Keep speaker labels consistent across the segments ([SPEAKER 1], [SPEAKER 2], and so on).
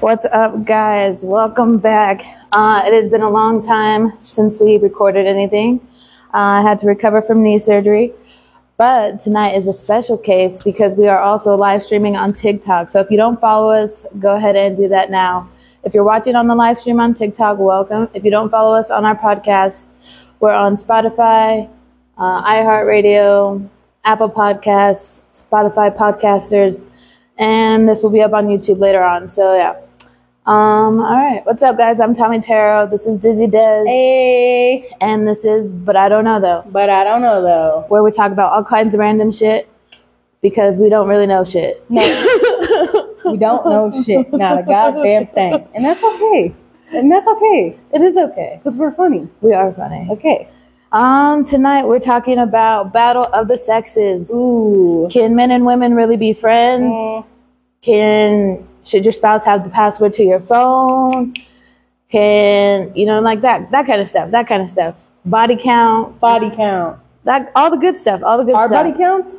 [SPEAKER 1] What's up, guys? Welcome back. Uh, it has been a long time since we recorded anything. Uh, I had to recover from knee surgery, but tonight is a special case because we are also live streaming on TikTok. So if you don't follow us, go ahead and do that now. If you're watching on the live stream on TikTok, welcome. If you don't follow us on our podcast, we're on Spotify, uh, iHeartRadio, Apple Podcasts, Spotify Podcasters, and this will be up on YouTube later on. So yeah. Um, all right. What's up, guys? I'm Tommy Taro. This is Dizzy Des.
[SPEAKER 2] Hey,
[SPEAKER 1] And this is But I Don't Know Though,
[SPEAKER 2] but I don't know though.
[SPEAKER 1] where we talk about all kinds of random shit because we don't really know shit.
[SPEAKER 2] We don't know shit, not a goddamn thing, and that's okay. And that's okay
[SPEAKER 1] It is okay.
[SPEAKER 2] because we're funny.
[SPEAKER 1] We are funny.
[SPEAKER 2] Okay.
[SPEAKER 1] Um, tonight we're talking about Battle of the Sexes.
[SPEAKER 2] Ooh.
[SPEAKER 1] Can men and women really be friends?
[SPEAKER 2] Mm.
[SPEAKER 1] Can should your spouse have the password to your phone? Can you know like that that kind of stuff, that kind of stuff. Body count,
[SPEAKER 2] Body count.
[SPEAKER 1] that all the good stuff, all the good
[SPEAKER 2] Our
[SPEAKER 1] stuff.
[SPEAKER 2] body counts.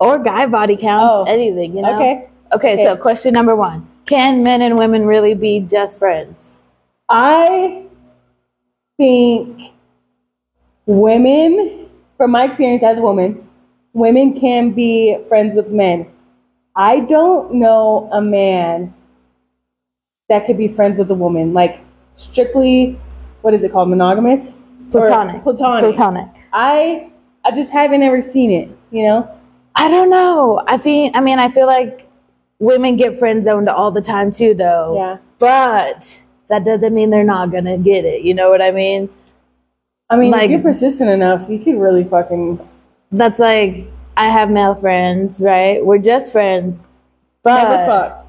[SPEAKER 1] or guy body counts,
[SPEAKER 2] Oh.
[SPEAKER 1] anything, you know.
[SPEAKER 2] Okay.
[SPEAKER 1] Okay, so
[SPEAKER 2] Okay.
[SPEAKER 1] question number 1. Can men and women really be just friends?
[SPEAKER 2] I think women, from my experience as a woman, women can be friends with men. I don't know a man that could be friends with a woman, like strictly, what is it called, monogamous? Or
[SPEAKER 1] Platonic.
[SPEAKER 2] Platonic.
[SPEAKER 1] Platonic.
[SPEAKER 2] I, I just haven't ever seen it, you know?
[SPEAKER 1] I don't know. I feel. I mean, I feel like women get friend zoned all the time too, though.
[SPEAKER 2] Yeah.
[SPEAKER 1] But that doesn't mean they're not gonna get it. You know what I mean?
[SPEAKER 2] I mean,
[SPEAKER 1] Like-
[SPEAKER 2] if you're persistent enough, you could really fucking.
[SPEAKER 1] That's like I have male friends, right? We're just friends. But
[SPEAKER 2] Never fucked.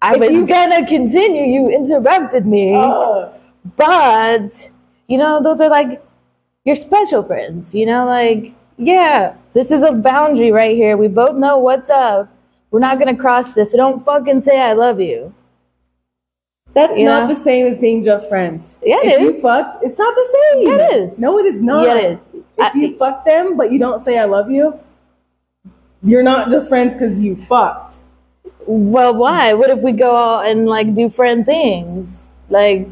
[SPEAKER 1] I Oh.
[SPEAKER 2] If
[SPEAKER 1] was
[SPEAKER 2] you-
[SPEAKER 1] gonna continue. You interrupted me.
[SPEAKER 2] Ugh.
[SPEAKER 1] But you know, those are like your special friends. You know, like yeah, this is a boundary right here. We both know what's up. We're not gonna cross this. So don't fucking say I love you.
[SPEAKER 2] That's
[SPEAKER 1] You know?
[SPEAKER 2] not the same as being just friends.
[SPEAKER 1] Yeah, it
[SPEAKER 2] if
[SPEAKER 1] is.
[SPEAKER 2] you fucked, it's not the same.
[SPEAKER 1] Yeah, it is.
[SPEAKER 2] No, it is not.
[SPEAKER 1] Yeah, it is.
[SPEAKER 2] If
[SPEAKER 1] I-
[SPEAKER 2] you fuck them, but you don't say I love you, you're not just friends because you fucked.
[SPEAKER 1] Well, why? What if we go out and like do friend things? Like,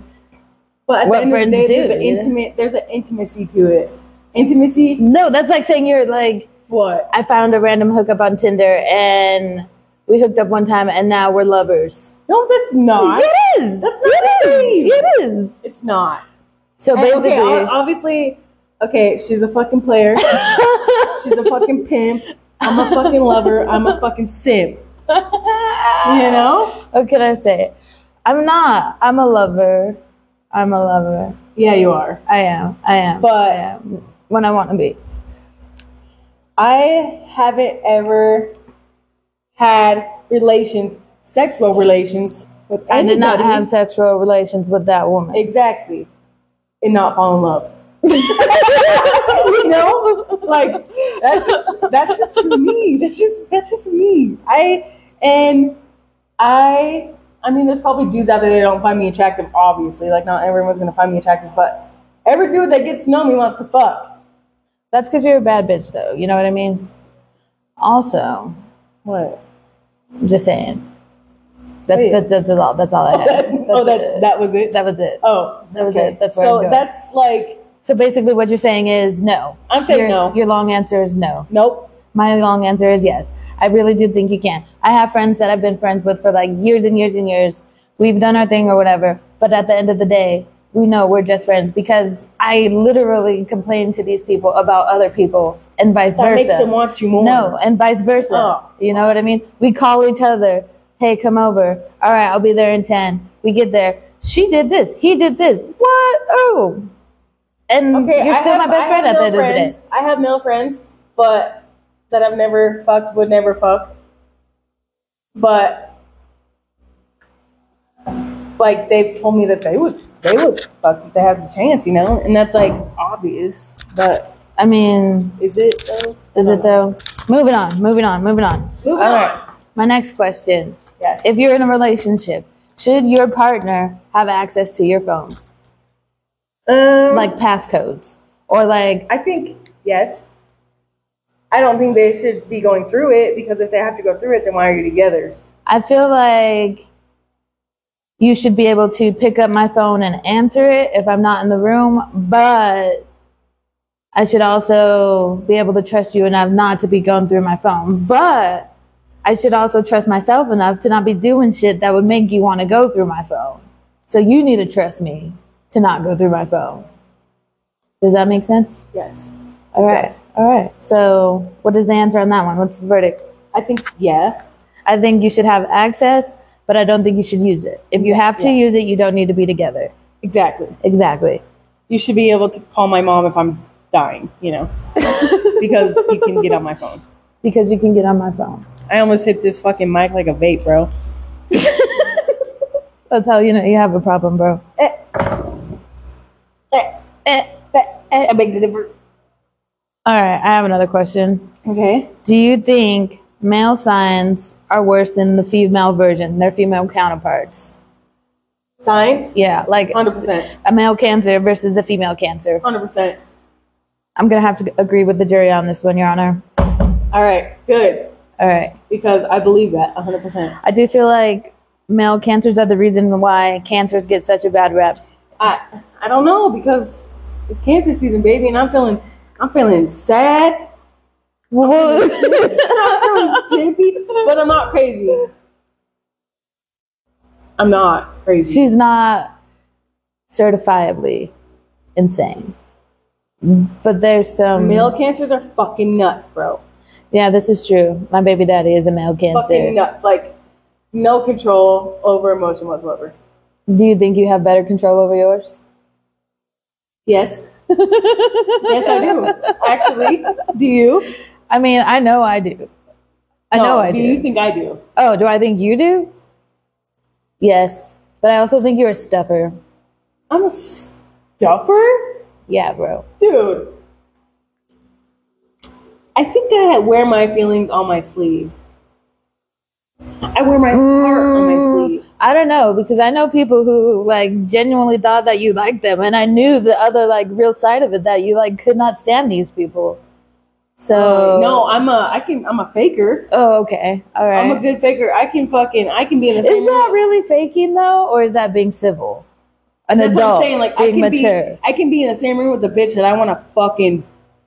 [SPEAKER 2] But at
[SPEAKER 1] What
[SPEAKER 2] the end of the
[SPEAKER 1] friends
[SPEAKER 2] day,
[SPEAKER 1] do,
[SPEAKER 2] there's an
[SPEAKER 1] you know?
[SPEAKER 2] intimate, there's an intimacy to it. Intimacy,
[SPEAKER 1] no, that's like saying you're like,
[SPEAKER 2] what?
[SPEAKER 1] I found a random hookup on Tinder and we hooked up one time and now we're lovers.
[SPEAKER 2] No, that's not.
[SPEAKER 1] it is.
[SPEAKER 2] Oh, That's not
[SPEAKER 1] it
[SPEAKER 2] the
[SPEAKER 1] is.
[SPEAKER 2] same.
[SPEAKER 1] It is.
[SPEAKER 2] It's not.
[SPEAKER 1] So
[SPEAKER 2] And,
[SPEAKER 1] basically,
[SPEAKER 2] okay, ob- obviously, okay, she's a fucking player. she's a fucking pimp. I'm a fucking lover. I'm a fucking simp. You know?
[SPEAKER 1] what can I say? I'm not. I'm a lover. I'm a lover.
[SPEAKER 2] Yeah, you are.
[SPEAKER 1] I am. I am.
[SPEAKER 2] But-
[SPEAKER 1] I am. when I want to be.
[SPEAKER 2] I haven't ever had relations, sexual relations with
[SPEAKER 1] I did not
[SPEAKER 2] anybody.
[SPEAKER 1] have sexual relations with that woman.
[SPEAKER 2] exactly and not fall in love. you know, like that's just, that's just me. That's just that's just me. I and I. I mean, there's probably dudes out there that don't find me attractive. Obviously, like not everyone's gonna find me attractive, but every dude that gets to know me wants to fuck.
[SPEAKER 1] That's because you're a bad bitch, though. You know what I mean? Also,
[SPEAKER 2] What?
[SPEAKER 1] I'm just saying. That's,
[SPEAKER 2] Wait.
[SPEAKER 1] that's, that's, all. That's all I had. That's
[SPEAKER 2] oh, that's
[SPEAKER 1] it.
[SPEAKER 2] that was it.
[SPEAKER 1] That was it.
[SPEAKER 2] Oh,
[SPEAKER 1] That was it. That's where I'm
[SPEAKER 2] so
[SPEAKER 1] going.
[SPEAKER 2] that's like
[SPEAKER 1] So basically, what you're saying is no.
[SPEAKER 2] I'm saying
[SPEAKER 1] your,
[SPEAKER 2] no.
[SPEAKER 1] Your long answer is no.
[SPEAKER 2] nope.
[SPEAKER 1] My long answer is yes. I really do think you can. I have friends that I've been friends with for like years and years and years. We've done our thing or whatever, but at the end of the day, we know we're just friends because I literally complain to these people about other people and vice
[SPEAKER 2] That
[SPEAKER 1] versa.
[SPEAKER 2] makes them want you more.
[SPEAKER 1] No, and vice versa.
[SPEAKER 2] Oh.
[SPEAKER 1] You know what I mean? We call each other, hey, come over. All right, I'll be there in 10. We get there. She did this. He did this. What? Oh. And
[SPEAKER 2] Okay,
[SPEAKER 1] you're
[SPEAKER 2] I
[SPEAKER 1] still my
[SPEAKER 2] have-
[SPEAKER 1] best
[SPEAKER 2] I
[SPEAKER 1] friend
[SPEAKER 2] have
[SPEAKER 1] at the
[SPEAKER 2] male
[SPEAKER 1] end
[SPEAKER 2] friends.
[SPEAKER 1] of
[SPEAKER 2] I have male friends, but that I've never fucked would never fuck. But like they've told me that they would they would fuck if they had the chance, you know, and that's like obvious. But
[SPEAKER 1] the day. I mean,
[SPEAKER 2] is it though?
[SPEAKER 1] is it though? Moving on, moving on, moving on.
[SPEAKER 2] Moving
[SPEAKER 1] All
[SPEAKER 2] on.
[SPEAKER 1] right, My next question
[SPEAKER 2] Yeah.
[SPEAKER 1] If you're in a relationship, should your partner have access to your phone?
[SPEAKER 2] Um,
[SPEAKER 1] Like passcodes? Or like,
[SPEAKER 2] I think yes. I don't think they should be going through it because if they have to go through it, then why are you together?
[SPEAKER 1] I feel like you should be able to pick up my phone and answer it if I'm not in the room, but I should also be able to trust you enough not to be going through my phone. But I should also trust myself enough to not be doing shit that would make you want to go through my phone. So you need to trust me to not go through my phone. Does that make sense?
[SPEAKER 2] Yes.
[SPEAKER 1] All right.
[SPEAKER 2] Yes.
[SPEAKER 1] All right. So what is the answer on that one? What's the verdict?
[SPEAKER 2] I think, yeah.
[SPEAKER 1] I think you should have access, but I don't think you should use it. If you have to
[SPEAKER 2] Yeah.
[SPEAKER 1] use it, you don't need to be together.
[SPEAKER 2] Exactly.
[SPEAKER 1] Exactly.
[SPEAKER 2] You should be able to call my mom if I'm dying, you know, because you can get on my phone.
[SPEAKER 1] Because you can get on my phone.
[SPEAKER 2] I almost hit this fucking mic like a vape, bro.
[SPEAKER 1] That's how you know you have a problem, bro.
[SPEAKER 2] Eh, eh, eh, eh, I beg to differ.
[SPEAKER 1] All right. I have another question.
[SPEAKER 2] Okay.
[SPEAKER 1] Do you think male signs are worse than the female version, their female counterparts?
[SPEAKER 2] Signs?
[SPEAKER 1] Yeah, like
[SPEAKER 2] 100%.
[SPEAKER 1] a male cancer versus a female cancer.
[SPEAKER 2] 100%.
[SPEAKER 1] I'm going to have to agree with the jury on this one, Your Honor.
[SPEAKER 2] All right. Good.
[SPEAKER 1] All right.
[SPEAKER 2] Because I believe that 100%.
[SPEAKER 1] I do feel like male cancers are the reason why cancers get such a bad rep.
[SPEAKER 2] I I don't know because it's cancer season, baby, and I'm feeling I'm feeling sad.
[SPEAKER 1] Whoa.
[SPEAKER 2] I'm feeling sippy, but I'm not crazy. I'm not crazy.
[SPEAKER 1] She's not certifiably insane. But there's some.
[SPEAKER 2] Male cancers are fucking nuts, bro.
[SPEAKER 1] Yeah, this is true. My baby daddy is a male
[SPEAKER 2] Fucking
[SPEAKER 1] cancer.
[SPEAKER 2] nuts. Like no control over emotion whatsoever.
[SPEAKER 1] Do you think you have better control over yours?
[SPEAKER 2] Yes. yes, I do. Actually, do you?
[SPEAKER 1] I mean, I know I do. I know
[SPEAKER 2] No,
[SPEAKER 1] I do.
[SPEAKER 2] Do you think I do?
[SPEAKER 1] oh, do I think you do? Yes. But I also think you're a stuffer.
[SPEAKER 2] I'm a stuffer?
[SPEAKER 1] Yeah, bro.
[SPEAKER 2] Dude, I think I wear my feelings on my sleeve. I wear my heart on my
[SPEAKER 1] Mm.
[SPEAKER 2] sleeve.
[SPEAKER 1] I don't know because I know people who like genuinely thought that you liked them, and I knew the other like real side of it that you like could not stand these people. So
[SPEAKER 2] Uh, no, I'm a I can I'm a faker.
[SPEAKER 1] Oh, okay. All right.
[SPEAKER 2] I'm a good faker. I can fucking I can be in the
[SPEAKER 1] is
[SPEAKER 2] same.
[SPEAKER 1] that
[SPEAKER 2] room.
[SPEAKER 1] really faking though, or is that being civil? An
[SPEAKER 2] That's
[SPEAKER 1] adult
[SPEAKER 2] what I'm saying. Like I
[SPEAKER 1] being
[SPEAKER 2] can
[SPEAKER 1] mature.
[SPEAKER 2] be I can be in the same room with a bitch that I want to fucking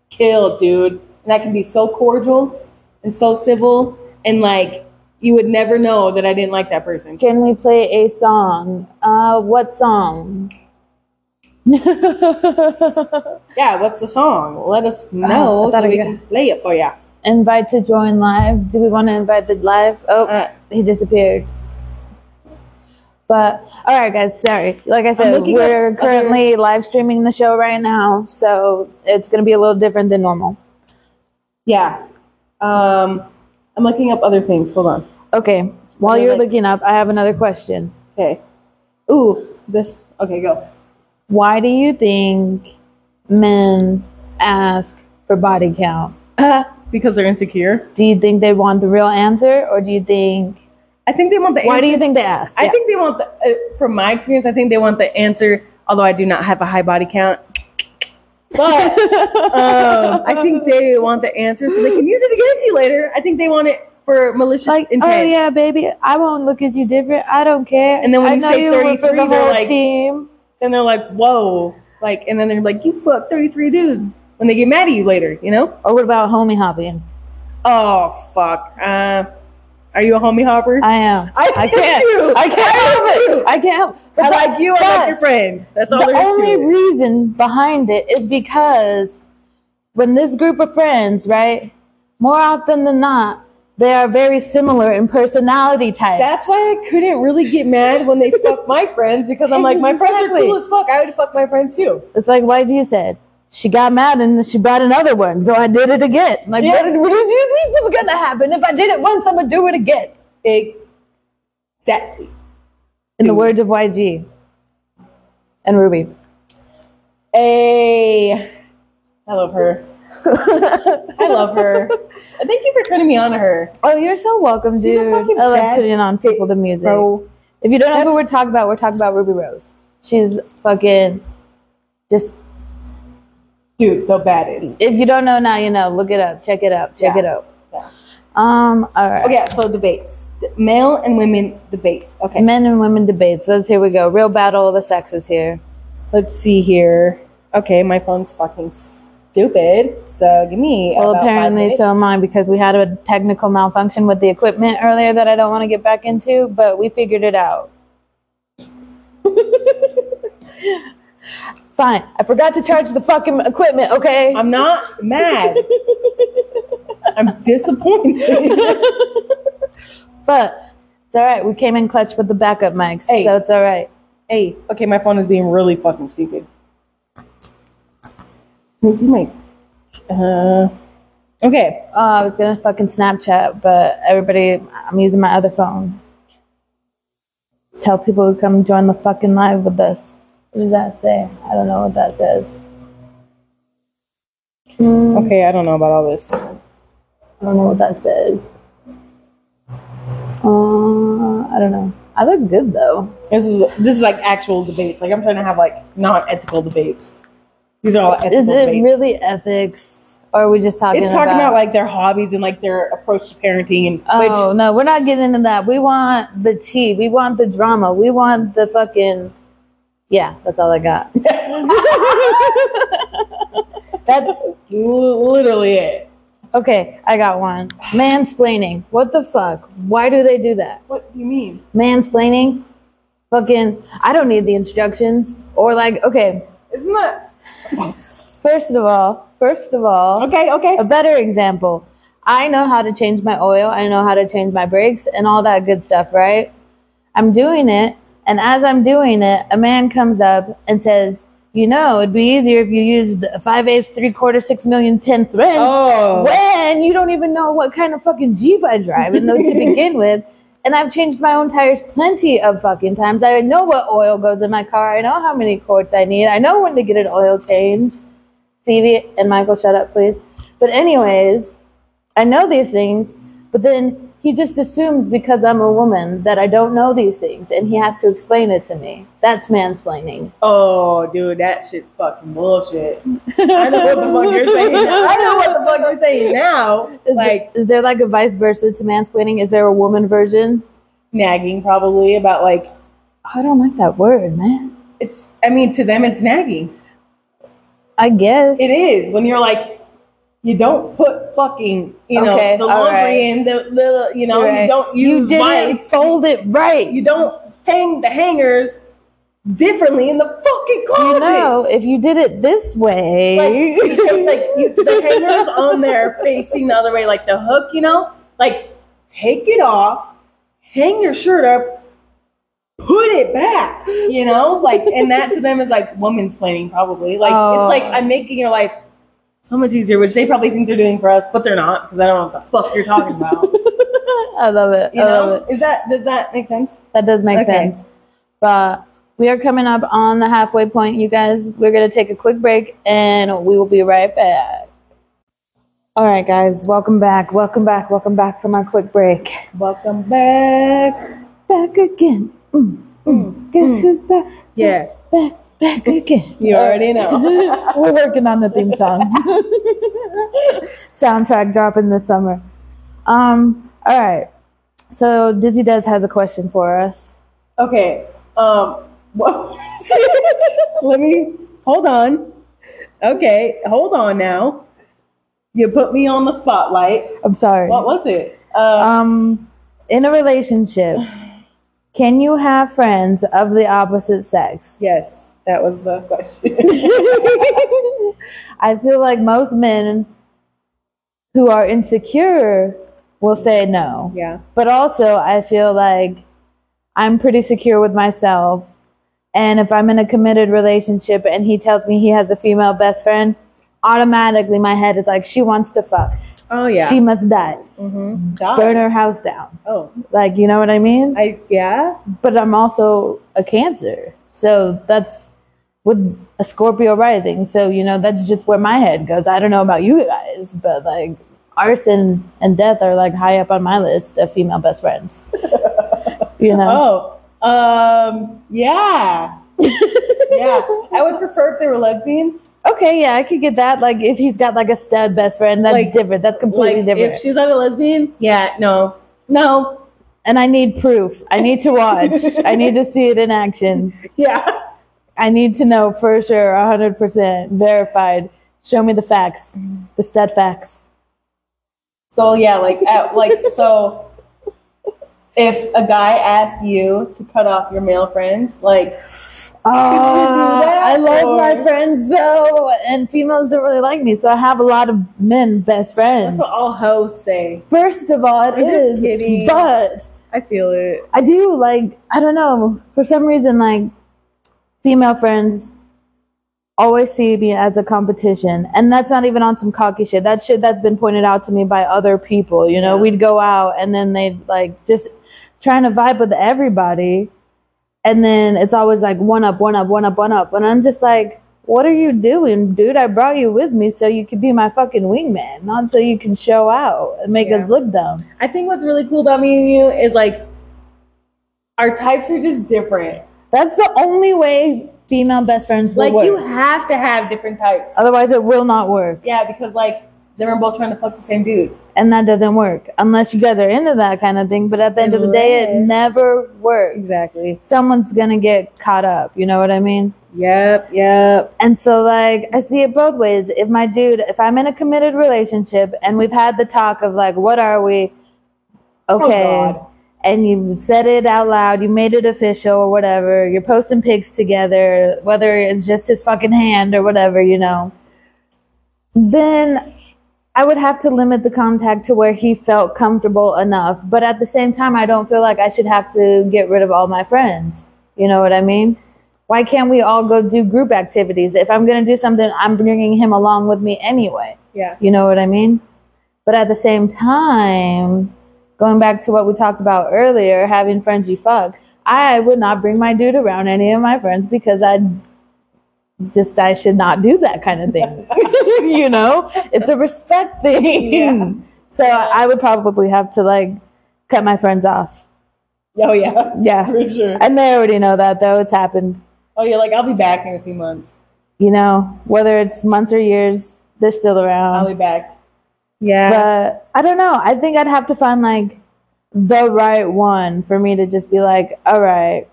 [SPEAKER 2] kill, dude. And I can be so cordial and so civil and like you would never know that I didn't like that person.
[SPEAKER 1] Can we play a song? Uh, what song?
[SPEAKER 2] Yeah, what's the song? Let us know
[SPEAKER 1] Oh, I thought
[SPEAKER 2] so
[SPEAKER 1] I
[SPEAKER 2] we
[SPEAKER 1] got-
[SPEAKER 2] can play it for ya.
[SPEAKER 1] invite to join live. Do we want to invite the live? Oh,
[SPEAKER 2] Uh,
[SPEAKER 1] he disappeared. But all right, guys. Sorry. Like I said,
[SPEAKER 2] looking
[SPEAKER 1] we're
[SPEAKER 2] up
[SPEAKER 1] currently live streaming the show right now, so it's gonna be a little different than normal.
[SPEAKER 2] Yeah. Um, I'm looking up other things. Hold on.
[SPEAKER 1] Okay. While
[SPEAKER 2] Okay,
[SPEAKER 1] you're
[SPEAKER 2] like-
[SPEAKER 1] looking up, I have another question.
[SPEAKER 2] Okay.
[SPEAKER 1] Ooh,
[SPEAKER 2] This. Okay, go.
[SPEAKER 1] why do you think men ask for body count?
[SPEAKER 2] Uh, because they're insecure.
[SPEAKER 1] Do you think they want the real answer, or do you think?
[SPEAKER 2] I think they want the.
[SPEAKER 1] Why
[SPEAKER 2] answer.
[SPEAKER 1] do you think they ask?
[SPEAKER 2] I
[SPEAKER 1] Yeah.
[SPEAKER 2] think they want the. Uh, from my experience, I think they want the answer. Although I do not have a high body count, but
[SPEAKER 1] Oh.
[SPEAKER 2] um, I think they want the answer so they can use it against you later. I think they want it for malicious
[SPEAKER 1] like,
[SPEAKER 2] intent.
[SPEAKER 1] oh yeah, baby, I won't look at you different. I don't care.
[SPEAKER 2] And then when
[SPEAKER 1] I
[SPEAKER 2] you
[SPEAKER 1] know
[SPEAKER 2] say
[SPEAKER 1] you were for
[SPEAKER 2] 33,
[SPEAKER 1] the
[SPEAKER 2] they're
[SPEAKER 1] whole
[SPEAKER 2] like-
[SPEAKER 1] team.
[SPEAKER 2] Then they're like, "Whoa!" Like, and then they're like, "You fucked 33 dudes." When they get mad at you later, you know?
[SPEAKER 1] Or Oh, what about homie hopping?
[SPEAKER 2] Oh fuck. Uh, are you a homie hopper?
[SPEAKER 1] I am.
[SPEAKER 2] I
[SPEAKER 1] can't.
[SPEAKER 2] hate you.
[SPEAKER 1] I can't help it. I can't. help- But
[SPEAKER 2] I
[SPEAKER 1] the-
[SPEAKER 2] like you. I
[SPEAKER 1] but
[SPEAKER 2] like your friend. That's all
[SPEAKER 1] The
[SPEAKER 2] there is
[SPEAKER 1] only
[SPEAKER 2] to it.
[SPEAKER 1] reason behind it is because when this group of friends, right, more often than not, they are very similar in personality types.
[SPEAKER 2] That's why I couldn't really get mad when they fuck my friends because I'm like, my friends are
[SPEAKER 1] Exactly.
[SPEAKER 2] cool as fuck. I would fuck my friends too.
[SPEAKER 1] It's like YG said. She got mad and she brought another one, so I did it again. Like,
[SPEAKER 2] Yeah.
[SPEAKER 1] what, did, what did you think was gonna happen? If I did it once, I'm gonna do it again.
[SPEAKER 2] Exactly.
[SPEAKER 1] In the words of YG and Ruby.
[SPEAKER 2] Hey, I love her. I love her. Thank you for turning me on to her,
[SPEAKER 1] Oh, you're so welcome,
[SPEAKER 2] She's a
[SPEAKER 1] dude.
[SPEAKER 2] fucking
[SPEAKER 1] I love
[SPEAKER 2] bad
[SPEAKER 1] putting on people to music.
[SPEAKER 2] bro.
[SPEAKER 1] If you don't know
[SPEAKER 2] That's-
[SPEAKER 1] who we're talking about, we're talking about Ruby Rose. She's fucking just.
[SPEAKER 2] Dude, the baddest.
[SPEAKER 1] If you don't know now, you know. Look it up. Check it up. Check
[SPEAKER 2] Yeah.
[SPEAKER 1] it out.
[SPEAKER 2] Yeah.
[SPEAKER 1] Um, all right.
[SPEAKER 2] Okay, so debates. D- Male and women debates. Okay.
[SPEAKER 1] Men and women debates. Let's here we go. Real battle of the sexes here.
[SPEAKER 2] Let's see here. Okay, my phone's fucking stupid. So give me.
[SPEAKER 1] Well,
[SPEAKER 2] about five
[SPEAKER 1] apparently
[SPEAKER 2] minutes.
[SPEAKER 1] so am I because we had a technical malfunction with the equipment earlier that I don't want to get back into, but we figured it out. Fine. I forgot to charge the fucking equipment, okay?
[SPEAKER 2] I'm not mad. I'm disappointed.
[SPEAKER 1] but it's all right. We came in clutch with the backup mics,
[SPEAKER 2] Hey.
[SPEAKER 1] so it's all right.
[SPEAKER 2] hey, okay, my phone is being really fucking stupid. This is my. Uh, okay.
[SPEAKER 1] Oh, I was gonna fucking Snapchat, but everybody, I'm using my other phone. Tell people to come join the fucking live with us. What does that say? I don't know what that says. Mm,
[SPEAKER 2] Okay, I don't know about all this.
[SPEAKER 1] I don't know what that says. Uh, I don't know. I look good though.
[SPEAKER 2] This is this is like actual debates. Like I'm trying to have like non-ethical debates. These are all ethical
[SPEAKER 1] Is it
[SPEAKER 2] debates.
[SPEAKER 1] really ethics, or are we just talking?
[SPEAKER 2] It's talking about, like their hobbies and like their approach to parenting and
[SPEAKER 1] Oh
[SPEAKER 2] which
[SPEAKER 1] no, we're not getting into that. We want the tea. We want the drama. We want the fucking. Yeah, that's all I got.
[SPEAKER 2] that's l- literally it.
[SPEAKER 1] Okay, I got one. Mansplaining. What the fuck? Why do they do that?
[SPEAKER 2] What do you mean?
[SPEAKER 1] Mansplaining. Fucking. I don't need the instructions. Or like, okay.
[SPEAKER 2] Isn't that
[SPEAKER 1] First of all, first of all,
[SPEAKER 2] okay? Okay.
[SPEAKER 1] a better example. I know how to change my oil, I know how to change my brakes and all that good stuff, right? I'm doing it, and as I'm doing it, a man comes up and says, You know, it'd be easier if you used a 5 eighths, 3 quarter, 6 million tenth wrench
[SPEAKER 2] Oh,
[SPEAKER 1] when you don't even know what kind of fucking Jeep I drive and know to begin with. And I've changed my own tires plenty of fucking times. I know what oil goes in my car. I know how many quarts I need. I know when to get an oil change. Stevie and Michael, shut up, please. But, anyways, I know these things, but then he just assumes because I'm a woman that I don't know these things and he has to explain it to me. That's mansplaining.
[SPEAKER 2] oh, dude, that shit's fucking bullshit. I know what the fuck you're saying. Now. I know what the fuck you're saying now.
[SPEAKER 1] Is,
[SPEAKER 2] Like
[SPEAKER 1] there, is there like a vice versa to mansplaining? Is there a woman version?
[SPEAKER 2] nagging, probably about like
[SPEAKER 1] I don't like that word, man.
[SPEAKER 2] it's. I mean, to them, it's nagging.
[SPEAKER 1] I guess.
[SPEAKER 2] It is when you're like, you don't put fucking, you know,
[SPEAKER 1] Okay,
[SPEAKER 2] the
[SPEAKER 1] all
[SPEAKER 2] laundry
[SPEAKER 1] right.
[SPEAKER 2] in the, the, you know, you don't use
[SPEAKER 1] didn't
[SPEAKER 2] lights.
[SPEAKER 1] fold it right.
[SPEAKER 2] You don't hang the hangers differently in the fucking closet.
[SPEAKER 1] You know, if you did it this way.
[SPEAKER 2] like,
[SPEAKER 1] Eh?
[SPEAKER 2] you take, like you, the hangers on there facing the other way, like the hook, you know, like take it off, hang your shirt up, put it back, you know, like, and that to them is like woman's planning, probably. Like,
[SPEAKER 1] Oh.
[SPEAKER 2] it's like I'm making your life so much easier, which they probably think they're doing for us, but they're not because I don't know what the fuck you're talking about.
[SPEAKER 1] I love it.
[SPEAKER 2] You
[SPEAKER 1] I
[SPEAKER 2] know,
[SPEAKER 1] love it.
[SPEAKER 2] is that does that make sense?
[SPEAKER 1] That does make
[SPEAKER 2] Okay.
[SPEAKER 1] sense. But we are coming up on the halfway point, you guys. We're going to take a quick break and we will be right back. All right, guys. Welcome back. Welcome back. Welcome back from our quick break.
[SPEAKER 2] Welcome back.
[SPEAKER 1] Back again. Mm, mm. Guess who's back?
[SPEAKER 2] Yeah,
[SPEAKER 1] Back, back again.
[SPEAKER 2] you already know.
[SPEAKER 1] We're working on the theme song. Soundtrack dropping this summer. Um, all right. So Dizzy Des has a question for us.
[SPEAKER 2] Okay. Um. What? Let me hold on. Okay, hold on now. You put me on the spotlight.
[SPEAKER 1] I'm sorry.
[SPEAKER 2] What was it? Uh,
[SPEAKER 1] Um, in a relationship, can you have friends of the opposite sex?
[SPEAKER 2] yes, that was the question.
[SPEAKER 1] I feel like most men who are insecure will say no.
[SPEAKER 2] yeah.
[SPEAKER 1] but also I feel like I'm pretty secure with myself. And if I'm in a committed relationship and he tells me he has a female best friend, automatically my head is like, she wants to fuck.
[SPEAKER 2] Oh yeah.
[SPEAKER 1] She must die.
[SPEAKER 2] mm-hmm.
[SPEAKER 1] Burn her house down.
[SPEAKER 2] Oh,
[SPEAKER 1] Like, you know what I mean?
[SPEAKER 2] I yeah.
[SPEAKER 1] But I'm also a cancer. So that's with a Scorpio rising. So, you know, that's just where my head goes. I don't know about you guys, but like arson and death are like high up on my list of female best friends. you know?
[SPEAKER 2] Oh, um, yeah. yeah, I would prefer if they were lesbians.
[SPEAKER 1] Okay, yeah, I could get that. Like if he's got like a stud best friend, that's
[SPEAKER 2] Like-
[SPEAKER 1] different. That's completely
[SPEAKER 2] Like,
[SPEAKER 1] different.
[SPEAKER 2] if she's not a lesbian, yeah, no, no,
[SPEAKER 1] and I need proof. I need to watch. I need to see it in action.
[SPEAKER 2] yeah,
[SPEAKER 1] I need to know for sure, 100% verified. Show me the facts, the stud facts.
[SPEAKER 2] So yeah, like at, like so if a guy asks you to cut off your male friends, like
[SPEAKER 1] Oh,
[SPEAKER 2] that,
[SPEAKER 1] I love
[SPEAKER 2] or-
[SPEAKER 1] my friends though, and females don't really like me, so I have a lot of men best
[SPEAKER 2] that's
[SPEAKER 1] friends.
[SPEAKER 2] what all hoes say.
[SPEAKER 1] First of all, it
[SPEAKER 2] I'm just
[SPEAKER 1] is,
[SPEAKER 2] kidding.
[SPEAKER 1] but
[SPEAKER 2] I feel it.
[SPEAKER 1] I do like I don't know for some reason like female friends always see me as a competition, and that's not even on some cocky shit. That shit that's been pointed out to me by other people. You know,
[SPEAKER 2] Yeah.
[SPEAKER 1] we'd go out and then they'd like just trying to vibe with everybody, and then it's always like one up, one up, one up, one up, and I'm just like. What are you doing, dude? I brought you with me so you could be my fucking wingman, not so you can show out and make
[SPEAKER 2] Yeah.
[SPEAKER 1] us look dumb.
[SPEAKER 2] I think what's really cool about me and you is like our types are just different.
[SPEAKER 1] That's the only way female best friends will
[SPEAKER 2] Like
[SPEAKER 1] work.
[SPEAKER 2] you have to have different types.
[SPEAKER 1] Otherwise, it will not work,
[SPEAKER 2] Yeah, because like then we're both trying to fuck the same dude.
[SPEAKER 1] and that doesn't work unless you guys are into that kind of thing. But at the end of the day, it
[SPEAKER 2] Unless-
[SPEAKER 1] never works.
[SPEAKER 2] Exactly.
[SPEAKER 1] Someone's gonna get caught up. You know what I mean?
[SPEAKER 2] Yep. Yep.
[SPEAKER 1] And so, like, I see it both ways. If my dude, if I'm in a committed relationship and we've had the talk of like, what are we? Okay.
[SPEAKER 2] Oh, God.
[SPEAKER 1] and you've said it out loud, you made it official or whatever, you're posting pics together, whether it's just his fucking hand or whatever, you know, then I would have to limit the contact to where he felt comfortable enough. But at the same time, I don't feel like I should have to get rid of all my friends. You know what I mean? Why can't we all go do group activities? If I'm going to do something, I'm bringing him along with me anyway.
[SPEAKER 2] Yeah.
[SPEAKER 1] You know what I mean? But at the same time, going back to what we talked about earlier, having friends you fuck, I would not bring my dude around any of my friends because I just I should not do that kind of thing. you know, it's a respect thing.
[SPEAKER 2] Yeah.
[SPEAKER 1] So I would probably have to like cut my friends off.
[SPEAKER 2] Oh yeah.
[SPEAKER 1] Yeah.
[SPEAKER 2] For sure.
[SPEAKER 1] And they already know that though. It's happened.
[SPEAKER 2] Oh, you're like I'll be back in a few months.
[SPEAKER 1] You know, whether it's months or years, they're still around.
[SPEAKER 2] I'll be back. Yeah.
[SPEAKER 1] but I don't know. I think I'd have to find like the right one for me to just be like, all right,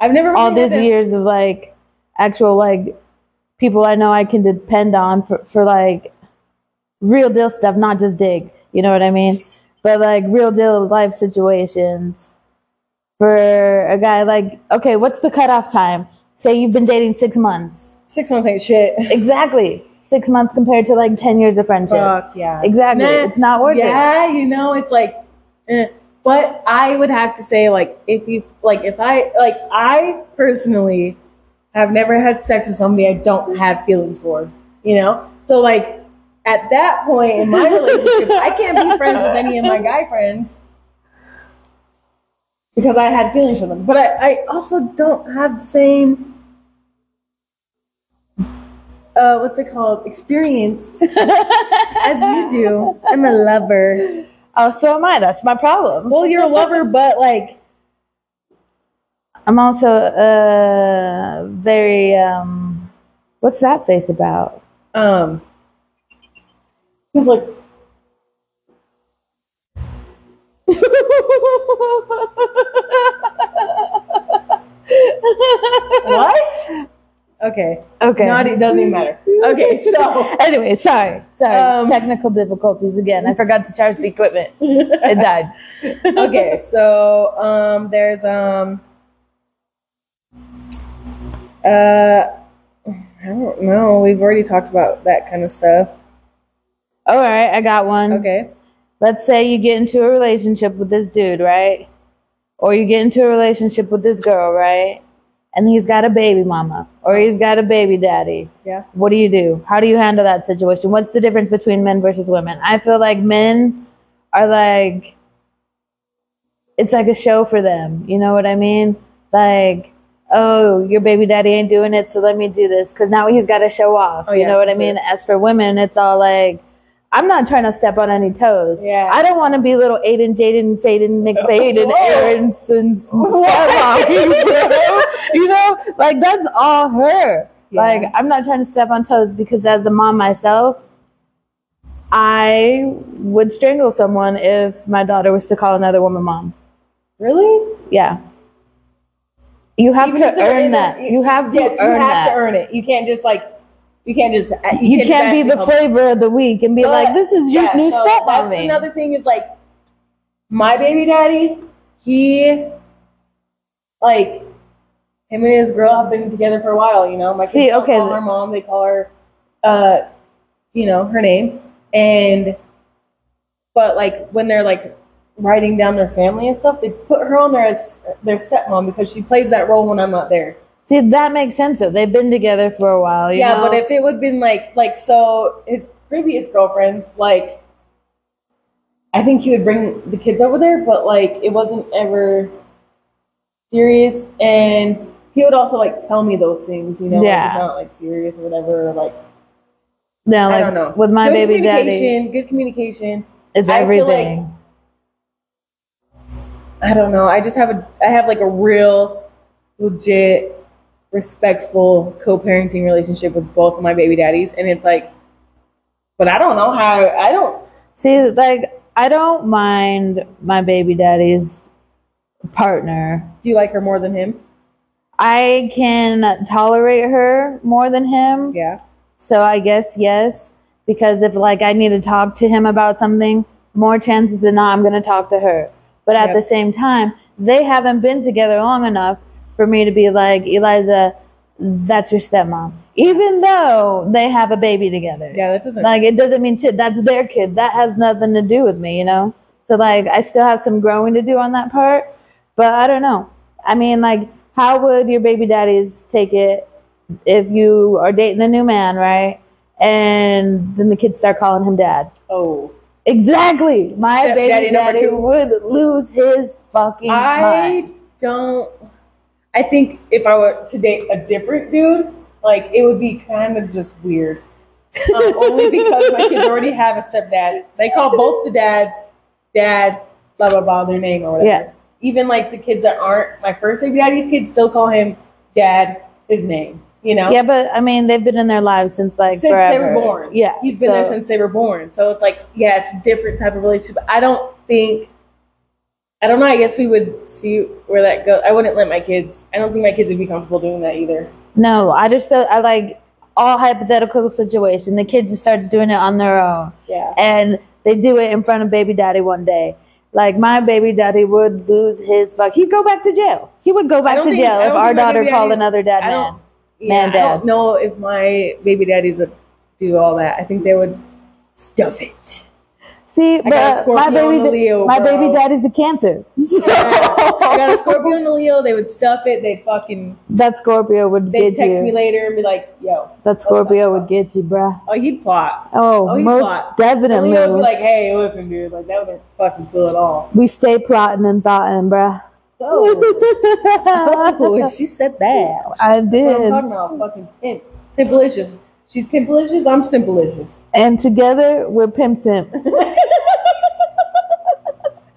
[SPEAKER 2] I've never
[SPEAKER 1] all
[SPEAKER 2] really
[SPEAKER 1] these
[SPEAKER 2] had a-
[SPEAKER 1] years of like actual like people I know I can depend on for, for like real deal stuff, not just dig. You know what I mean? But like real deal life situations for a guy like, okay, what's the cutoff time? Say you've been dating six months.
[SPEAKER 2] Six months ain't shit.
[SPEAKER 1] Exactly. Six months compared to like 10 years of friendship.
[SPEAKER 2] Fuck yeah.
[SPEAKER 1] Exactly.
[SPEAKER 2] Nah,
[SPEAKER 1] It's not worth it.
[SPEAKER 2] Yeah, you know, it's like, eh. but I would have to say, like, if you, like, if I, like, I personally have never had sex with somebody I don't have feelings for, you know? So, like, at that point in my relationship, I can't be friends with any of my guy friends because I had feelings for them. But I, I also don't have the same. Uh, what's it called? Experience as you do. I'm a lover.
[SPEAKER 1] Oh, so am I. That's my problem.
[SPEAKER 2] Well, you're a lover, but like,
[SPEAKER 1] I'm also uh, very. Um, what's that face about?
[SPEAKER 2] um, he's like. what? Okay.
[SPEAKER 1] Okay.
[SPEAKER 2] Not, it doesn't even matter. Okay, so
[SPEAKER 1] anyway, sorry, sorry.
[SPEAKER 2] Um,
[SPEAKER 1] Technical difficulties again. I forgot to charge the equipment. It died.
[SPEAKER 2] okay, so um, there's um, uh, I don't know. We've already talked about that kind of stuff.
[SPEAKER 1] All right, I got one.
[SPEAKER 2] Okay.
[SPEAKER 1] Let's say you get into a relationship with this dude, right? Or you get into a relationship with this girl, right? And he's got a baby mama, or he's got a baby daddy.
[SPEAKER 2] Yeah.
[SPEAKER 1] What do you do? How do you handle that situation? What's the difference between men versus women? I feel like men are like it's like a show for them. You know what I mean? Like, oh, your baby daddy ain't doing it, so let me do this cuz now he's got to show off.
[SPEAKER 2] Oh,
[SPEAKER 1] you
[SPEAKER 2] yeah,
[SPEAKER 1] know what I
[SPEAKER 2] for sure.
[SPEAKER 1] mean? As for women, it's all like I'm not trying to step on any toes.
[SPEAKER 2] Yeah.
[SPEAKER 1] I don't want to be little Aiden, Jaden, Faden, McFaden, and
[SPEAKER 2] Whoa.
[SPEAKER 1] Aaronson's stepmom. you know? you know, like that's all her.
[SPEAKER 2] Yeah.
[SPEAKER 1] Like I'm not trying to step on toes because as a mom myself, I would strangle someone if my daughter was to call another woman mom.
[SPEAKER 2] Really?
[SPEAKER 1] Yeah. You have
[SPEAKER 2] Even if
[SPEAKER 1] to
[SPEAKER 2] they're
[SPEAKER 1] earn
[SPEAKER 2] in a-
[SPEAKER 1] that. You have to
[SPEAKER 2] yes,
[SPEAKER 1] earn
[SPEAKER 2] you have
[SPEAKER 1] that.
[SPEAKER 2] to earn it. You can't just like, you can't just. uh, You,
[SPEAKER 1] you,
[SPEAKER 2] just
[SPEAKER 1] can't be
[SPEAKER 2] ask
[SPEAKER 1] the
[SPEAKER 2] people-
[SPEAKER 1] flavor of the week and be
[SPEAKER 2] But-
[SPEAKER 1] like, "This is your
[SPEAKER 2] yeah,
[SPEAKER 1] new
[SPEAKER 2] so
[SPEAKER 1] step on
[SPEAKER 2] That's
[SPEAKER 1] me."
[SPEAKER 2] another thing is like, my baby daddy, he, like, him and his girl have been together for a while. You know, my kids
[SPEAKER 1] See,
[SPEAKER 2] don't
[SPEAKER 1] okay,
[SPEAKER 2] call
[SPEAKER 1] th-
[SPEAKER 2] her mom; they call her, uh, you know, her name. And, but like when they're like writing down their family and stuff, they put her on there as their stepmom because she plays that role when I'm not there.
[SPEAKER 1] See, that makes sense. Though they've been together for a while. you
[SPEAKER 2] yeah,
[SPEAKER 1] know?
[SPEAKER 2] but if it would have been like like so his previous girlfriends, like I think he would bring the kids over there, but like it wasn't ever serious and he would also like tell me those things, you know, like,
[SPEAKER 1] Yeah.
[SPEAKER 2] it's not like serious or whatever, or, like
[SPEAKER 1] no,
[SPEAKER 2] I
[SPEAKER 1] like
[SPEAKER 2] don't know.
[SPEAKER 1] with my
[SPEAKER 2] good
[SPEAKER 1] baby daddy,
[SPEAKER 2] communication, good communication.
[SPEAKER 1] it's
[SPEAKER 2] I feel like-
[SPEAKER 1] everything.
[SPEAKER 2] I don't know. I just have a I have like a real legit respectful co-parenting relationship with both of my baby daddies and it's like but I don't know how I don't
[SPEAKER 1] See, like I don't mind my baby daddy's partner.
[SPEAKER 2] Do you like her more than him?
[SPEAKER 1] I can tolerate her more than him.
[SPEAKER 2] Yeah.
[SPEAKER 1] So I guess yes, because if like I need to talk to him about something, more chances than not I'm going to talk to her. But at the
[SPEAKER 2] Yep.
[SPEAKER 1] same time, they haven't been together long enough for me to be like, Eliza, that's your stepmom. Even though they have a baby together.
[SPEAKER 2] Yeah, that doesn't.
[SPEAKER 1] Like it doesn't mean shit. That's their kid. That has nothing to do with me, you know. So like I still have some growing to do on that part, but I don't know. I mean, like how would your baby daddies take it if you are dating a new man, right? And then the kids start calling him dad.
[SPEAKER 2] oh,
[SPEAKER 1] Exactly. My
[SPEAKER 2] Step daddy
[SPEAKER 1] baby
[SPEAKER 2] number
[SPEAKER 1] daddy
[SPEAKER 2] two.
[SPEAKER 1] would lose his fucking mind.
[SPEAKER 2] I don't. I think if I were to date a different dude, like it would be kind of just weird. Um, only because my kids already have a stepdad. They call both the dads dad, blah blah blah, their name or whatever.
[SPEAKER 1] Yeah.
[SPEAKER 2] Even like the kids that aren't my first baby daddy's kids still call him dad, his name. You know.
[SPEAKER 1] Yeah, but I mean, they've been in their lives since like
[SPEAKER 2] since
[SPEAKER 1] forever.
[SPEAKER 2] they were born.
[SPEAKER 1] Yeah,
[SPEAKER 2] he's been there
[SPEAKER 1] so-
[SPEAKER 2] since they were born. So it's like, yeah, it's a different type of relationship. I don't think, I don't know. I guess we would see where that goes. I wouldn't let my kids. I don't think my kids would be comfortable doing that either.
[SPEAKER 1] No, I just don't- I like all hypothetical situation. The kid just starts doing it on their own,
[SPEAKER 2] Yeah,
[SPEAKER 1] and they do it in front of baby daddy one day. Like my baby daddy would lose his fuck. He'd go back to jail. He would go
[SPEAKER 2] I
[SPEAKER 1] back to
[SPEAKER 2] don't think-
[SPEAKER 1] jail
[SPEAKER 2] I
[SPEAKER 1] if
[SPEAKER 2] don't
[SPEAKER 1] our
[SPEAKER 2] think my
[SPEAKER 1] daughter
[SPEAKER 2] baby
[SPEAKER 1] called
[SPEAKER 2] daddy-
[SPEAKER 1] another dad
[SPEAKER 2] I
[SPEAKER 1] man.
[SPEAKER 2] don't. Yeah,
[SPEAKER 1] Man,
[SPEAKER 2] I don't
[SPEAKER 1] dad.
[SPEAKER 2] know if my baby daddies would do all that. I think they would stuff it.
[SPEAKER 1] See,
[SPEAKER 2] I got a
[SPEAKER 1] but my
[SPEAKER 2] Scorpio
[SPEAKER 1] baby,
[SPEAKER 2] and a
[SPEAKER 1] da-
[SPEAKER 2] Leo,
[SPEAKER 1] my
[SPEAKER 2] bro.
[SPEAKER 1] baby daddy's a cancer.
[SPEAKER 2] I got a Scorpio and a Leo. They would stuff it. They fucking.
[SPEAKER 1] that Scorpio would
[SPEAKER 2] They
[SPEAKER 1] get
[SPEAKER 2] text me
[SPEAKER 1] you.
[SPEAKER 2] later and be like, "Yo,
[SPEAKER 1] That Scorpio would get you, bruh.
[SPEAKER 2] oh, he'd plot."
[SPEAKER 1] Oh,
[SPEAKER 2] Oh, he
[SPEAKER 1] most
[SPEAKER 2] plot. And
[SPEAKER 1] definitely.
[SPEAKER 2] Leo would be like, "Hey, listen, dude, like that wasn't fucking cool at all."
[SPEAKER 1] we stay plotting and thoughting, bruh.
[SPEAKER 2] Oh, oh, she said that.
[SPEAKER 1] I
[SPEAKER 2] That's what I'm
[SPEAKER 1] did.
[SPEAKER 2] talking about. Fucking pimp. Pimpalicious. She's pimpalicious. I'm simplelicious.
[SPEAKER 1] And together we're Pimp Simp.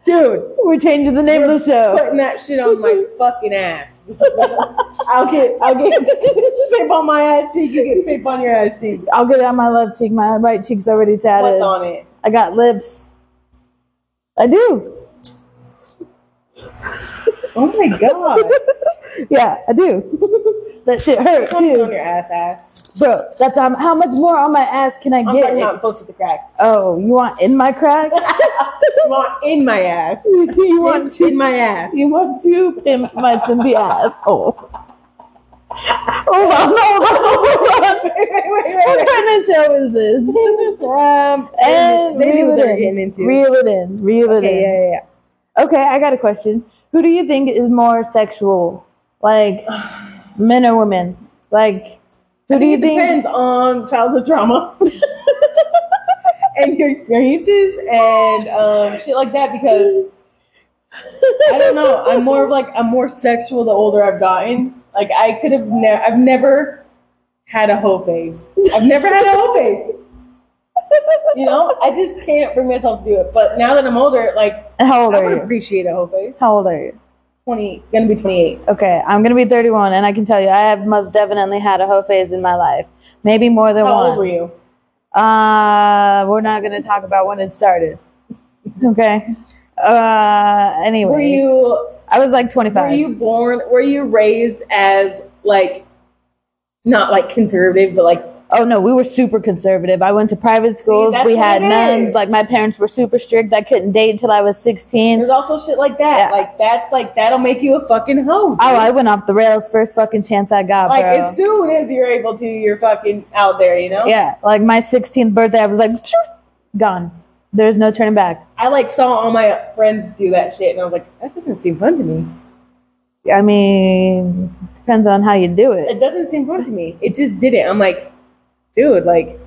[SPEAKER 2] Dude,
[SPEAKER 1] We're changing the name of the show.
[SPEAKER 2] putting that shit on my fucking ass. I'll get, I'll get pimp on my ass cheek. You get pimp on your ass cheek.
[SPEAKER 1] I'll get it on my left cheek. My right cheek's already
[SPEAKER 2] What's
[SPEAKER 1] tatted.
[SPEAKER 2] on it?
[SPEAKER 1] I got lips. I do.
[SPEAKER 2] Oh my god.
[SPEAKER 1] Yeah, I do. that shit hurt
[SPEAKER 2] Something on
[SPEAKER 1] too,
[SPEAKER 2] your ass ass.
[SPEAKER 1] bro. That's um, how much more on my ass can I
[SPEAKER 2] I'm talking
[SPEAKER 1] get?
[SPEAKER 2] about close to the crack.
[SPEAKER 1] Oh, you want in my crack?
[SPEAKER 2] You want in my ass.
[SPEAKER 1] you want
[SPEAKER 2] Want in
[SPEAKER 1] to?
[SPEAKER 2] my ass.
[SPEAKER 1] You want to pimp my simpy ass? Oh. Hold on, hold on, hold on.
[SPEAKER 2] wait, wait, wait, wait.
[SPEAKER 1] Oh, What kind of show is this?
[SPEAKER 2] um,
[SPEAKER 1] And
[SPEAKER 2] maybe
[SPEAKER 1] Eh, reel
[SPEAKER 2] what they're
[SPEAKER 1] it
[SPEAKER 2] getting
[SPEAKER 1] in.
[SPEAKER 2] into.
[SPEAKER 1] Reel it in. Reel it
[SPEAKER 2] okay,
[SPEAKER 1] in.
[SPEAKER 2] yeah, yeah, yeah.
[SPEAKER 1] Okay, I got a question. Who do you think is more sexual? Like men or women? Like who
[SPEAKER 2] I
[SPEAKER 1] do you
[SPEAKER 2] think it
[SPEAKER 1] think
[SPEAKER 2] depends on childhood trauma and your experiences and um, shit like that. Because I don't know, I'm more of like I'm more sexual the older I've gotten. Like I could have never, I've never had a hoe phase. I've never had a hoe phase. you know, I just can't bring myself to do it. But now that I'm older, like
[SPEAKER 1] How old
[SPEAKER 2] I
[SPEAKER 1] are
[SPEAKER 2] would
[SPEAKER 1] you?
[SPEAKER 2] appreciate a whole face.
[SPEAKER 1] How old are you?
[SPEAKER 2] Twenty, gonna be twenty-eight.
[SPEAKER 1] Okay, I'm gonna be 31, and I can tell you, I have most definitely had a hoe phase in my life, maybe more than
[SPEAKER 2] How
[SPEAKER 1] one.
[SPEAKER 2] old were you?
[SPEAKER 1] Uh, we're not gonna talk about when it started. Okay. Uh, anyway,
[SPEAKER 2] Were you
[SPEAKER 1] I was like 25.
[SPEAKER 2] were you born? Were you raised as like not like conservative, but like
[SPEAKER 1] Oh no, we were super conservative. I went to private schools.
[SPEAKER 2] that's
[SPEAKER 1] we
[SPEAKER 2] what
[SPEAKER 1] had
[SPEAKER 2] it
[SPEAKER 1] nuns.
[SPEAKER 2] is.
[SPEAKER 1] Like my parents were super strict. I couldn't date until I was 16.
[SPEAKER 2] there's also shit like that.
[SPEAKER 1] Yeah.
[SPEAKER 2] Like that's like that'll make you a fucking hoe.
[SPEAKER 1] Oh, I went off the rails first fucking chance I got,
[SPEAKER 2] like
[SPEAKER 1] bro.
[SPEAKER 2] as soon as you're able to, you're fucking out there. You know.
[SPEAKER 1] yeah, like my 16th birthday, I was like, "Choop," gone. There's no turning back.
[SPEAKER 2] I like saw all my friends do that shit, and I was like, that doesn't seem fun to me.
[SPEAKER 1] I mean, depends on how you do it.
[SPEAKER 2] It doesn't seem fun to me. It just didn't. I'm like, dude, like,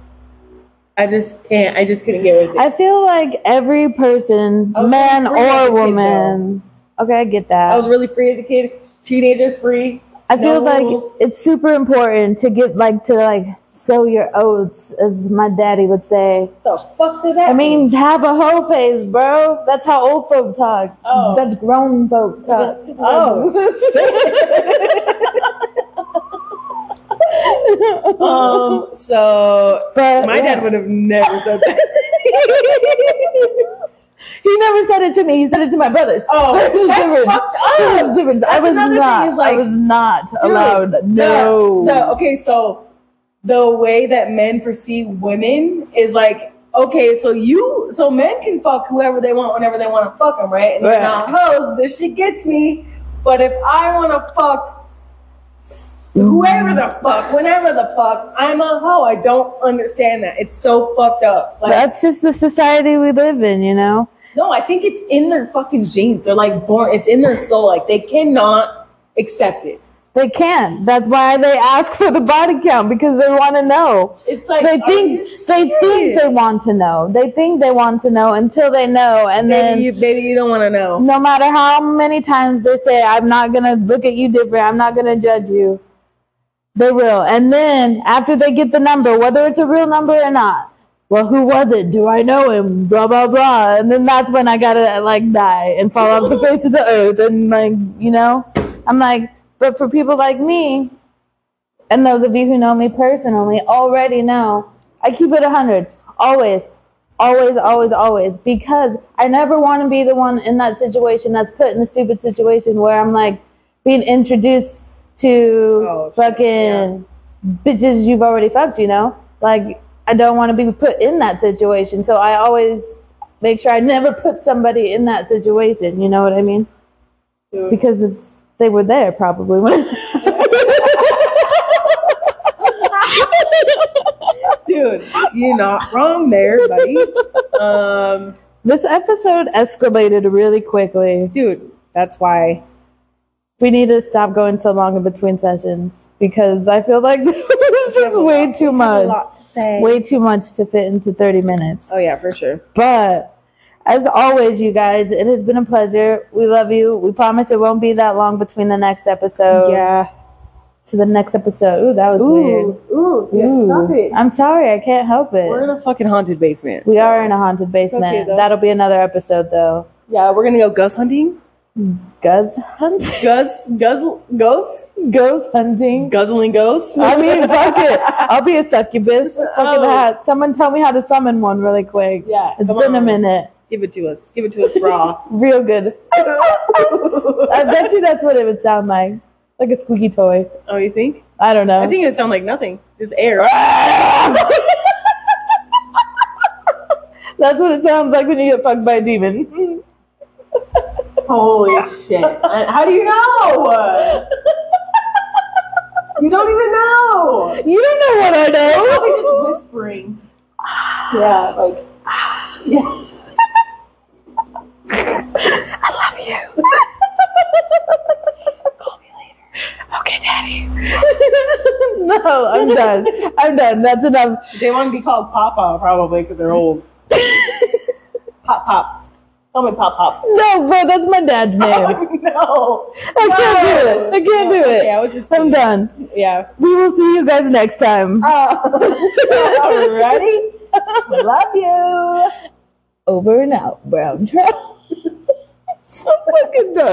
[SPEAKER 2] I just can't. I just couldn't get with it.
[SPEAKER 1] I feel like every person,
[SPEAKER 2] I was
[SPEAKER 1] man
[SPEAKER 2] really free as a
[SPEAKER 1] or
[SPEAKER 2] kid,
[SPEAKER 1] woman. Okay, I get
[SPEAKER 2] I
[SPEAKER 1] that.
[SPEAKER 2] was really free as a kid, teenager free.
[SPEAKER 1] I feel
[SPEAKER 2] no
[SPEAKER 1] like
[SPEAKER 2] rules.
[SPEAKER 1] it's super important to get like to like sow your oats, as my daddy would say.
[SPEAKER 2] What the fuck does that?
[SPEAKER 1] I mean, have a hoe face, bro. That's how old folk talk.
[SPEAKER 2] Oh.
[SPEAKER 1] That's grown folk talk.
[SPEAKER 2] oh. um. So
[SPEAKER 1] But
[SPEAKER 2] my dad would have never said that.
[SPEAKER 1] He never said it to me. He said it to my brothers.
[SPEAKER 2] Oh,
[SPEAKER 1] There's
[SPEAKER 2] that's
[SPEAKER 1] difference.
[SPEAKER 2] fucked
[SPEAKER 1] There's
[SPEAKER 2] up.
[SPEAKER 1] difference. I
[SPEAKER 2] That's
[SPEAKER 1] was
[SPEAKER 2] another thing
[SPEAKER 1] not.
[SPEAKER 2] is, like,
[SPEAKER 1] I was not
[SPEAKER 2] Dude,
[SPEAKER 1] allowed.
[SPEAKER 2] the-
[SPEAKER 1] No.
[SPEAKER 2] the- okay, so the way that men perceive women is like, okay, so you, so men can fuck whoever they want whenever they want to fuck them, right? And they're
[SPEAKER 1] Right.
[SPEAKER 2] not hoes. This shit gets me. But if I want to fuck whoever the fuck, whenever the fuck, I'm a hoe. I don't understand that. It's so fucked up. Like,
[SPEAKER 1] That's just the society we live in, you know?
[SPEAKER 2] no, I think it's in their fucking genes. They're like born. It's in their soul. Like they cannot accept it.
[SPEAKER 1] They can't. That's why they ask for the body count because they want to know.
[SPEAKER 2] It's like
[SPEAKER 1] They
[SPEAKER 2] are
[SPEAKER 1] think
[SPEAKER 2] you
[SPEAKER 1] they think
[SPEAKER 2] serious?
[SPEAKER 1] they want to know. They think they want to know until they know, and then
[SPEAKER 2] Maybe you, maybe you don't want to know.
[SPEAKER 1] no matter how many times they say, I'm not going to look at you different, I'm not going to judge you, they will. And then after they get the number, whether it's a real number or not, well, who was it? Do I know him? Blah, blah, blah. And then that's when I got to like die and fall off the face of the earth. And like, you know, I'm like, but for people like me, and those of you who know me personally already know, I keep it 100. Always always, always, always, because I never want to be the one in that situation that's put in a stupid situation where I'm like being introduced to
[SPEAKER 2] Oh, shit,
[SPEAKER 1] fucking bitches you've already fucked, you know? Like, I don't want to be put in that situation. So I always make sure I never put somebody in that situation, you know what I mean?
[SPEAKER 2] Dude.
[SPEAKER 1] Because it's, they were there probably when.
[SPEAKER 2] Dude, you're not wrong there, buddy. Um,
[SPEAKER 1] this episode escalated really quickly.
[SPEAKER 2] dude, that's why.
[SPEAKER 1] We need to stop going so long in between sessions because I feel like it's
[SPEAKER 2] There's
[SPEAKER 1] just
[SPEAKER 2] a
[SPEAKER 1] way
[SPEAKER 2] lot-
[SPEAKER 1] too
[SPEAKER 2] there's A
[SPEAKER 1] much.
[SPEAKER 2] lot to say.
[SPEAKER 1] Way too much to fit into 30 minutes.
[SPEAKER 2] Oh yeah, for sure.
[SPEAKER 1] But as always, you guys, it has been a pleasure. We love you. We promise it won't be that long between the next episode
[SPEAKER 2] yeah.
[SPEAKER 1] to the next episode. Ooh, that was
[SPEAKER 2] Ooh, ooh,
[SPEAKER 1] weird.
[SPEAKER 2] yeah,
[SPEAKER 1] Ooh.
[SPEAKER 2] stop it.
[SPEAKER 1] I'm sorry, I can't help it.
[SPEAKER 2] We're in a fucking haunted basement.
[SPEAKER 1] we
[SPEAKER 2] so-
[SPEAKER 1] are in a haunted basement.
[SPEAKER 2] okay, though.
[SPEAKER 1] That'll be another episode, though.
[SPEAKER 2] Yeah, we're gonna go ghost hunting.
[SPEAKER 1] Guz hunt,
[SPEAKER 2] Guz, guzzle, ghosts,
[SPEAKER 1] ghost hunting.
[SPEAKER 2] guzzling ghosts.
[SPEAKER 1] I mean, fuck it. I'll be a succubus. Fucking
[SPEAKER 2] Oh.
[SPEAKER 1] that. Someone tell me how to summon one really quick.
[SPEAKER 2] yeah,
[SPEAKER 1] It's
[SPEAKER 2] come
[SPEAKER 1] been a
[SPEAKER 2] on.
[SPEAKER 1] minute.
[SPEAKER 2] Give it to us. Give it to us raw.
[SPEAKER 1] Real good. I bet you that's what it would sound like. Like a squeaky toy.
[SPEAKER 2] oh, you think?
[SPEAKER 1] I don't know.
[SPEAKER 2] I think it would sound like nothing. Just air.
[SPEAKER 1] that's what it sounds like when you get fucked by a demon.
[SPEAKER 2] Holy shit. I- How do you know? you don't even know.
[SPEAKER 1] You don't know what I
[SPEAKER 2] Probably
[SPEAKER 1] know.
[SPEAKER 2] just whispering. Yeah, like. Yeah.
[SPEAKER 1] Okay, daddy. no, I'm done. I'm done. That's enough.
[SPEAKER 2] They want to be called Papa probably because they're old. pop Pop. Call me Pop Pop.
[SPEAKER 1] No, bro, that's my dad's name.
[SPEAKER 2] Oh, no.
[SPEAKER 1] I can't do it. I can't do
[SPEAKER 2] Yeah,
[SPEAKER 1] it.
[SPEAKER 2] I was just.
[SPEAKER 1] I'm done.
[SPEAKER 2] Yeah.
[SPEAKER 1] We will see you guys next time.
[SPEAKER 2] Uh, alrighty. Love you.
[SPEAKER 1] Over and out, brown trout.
[SPEAKER 3] so fucking done.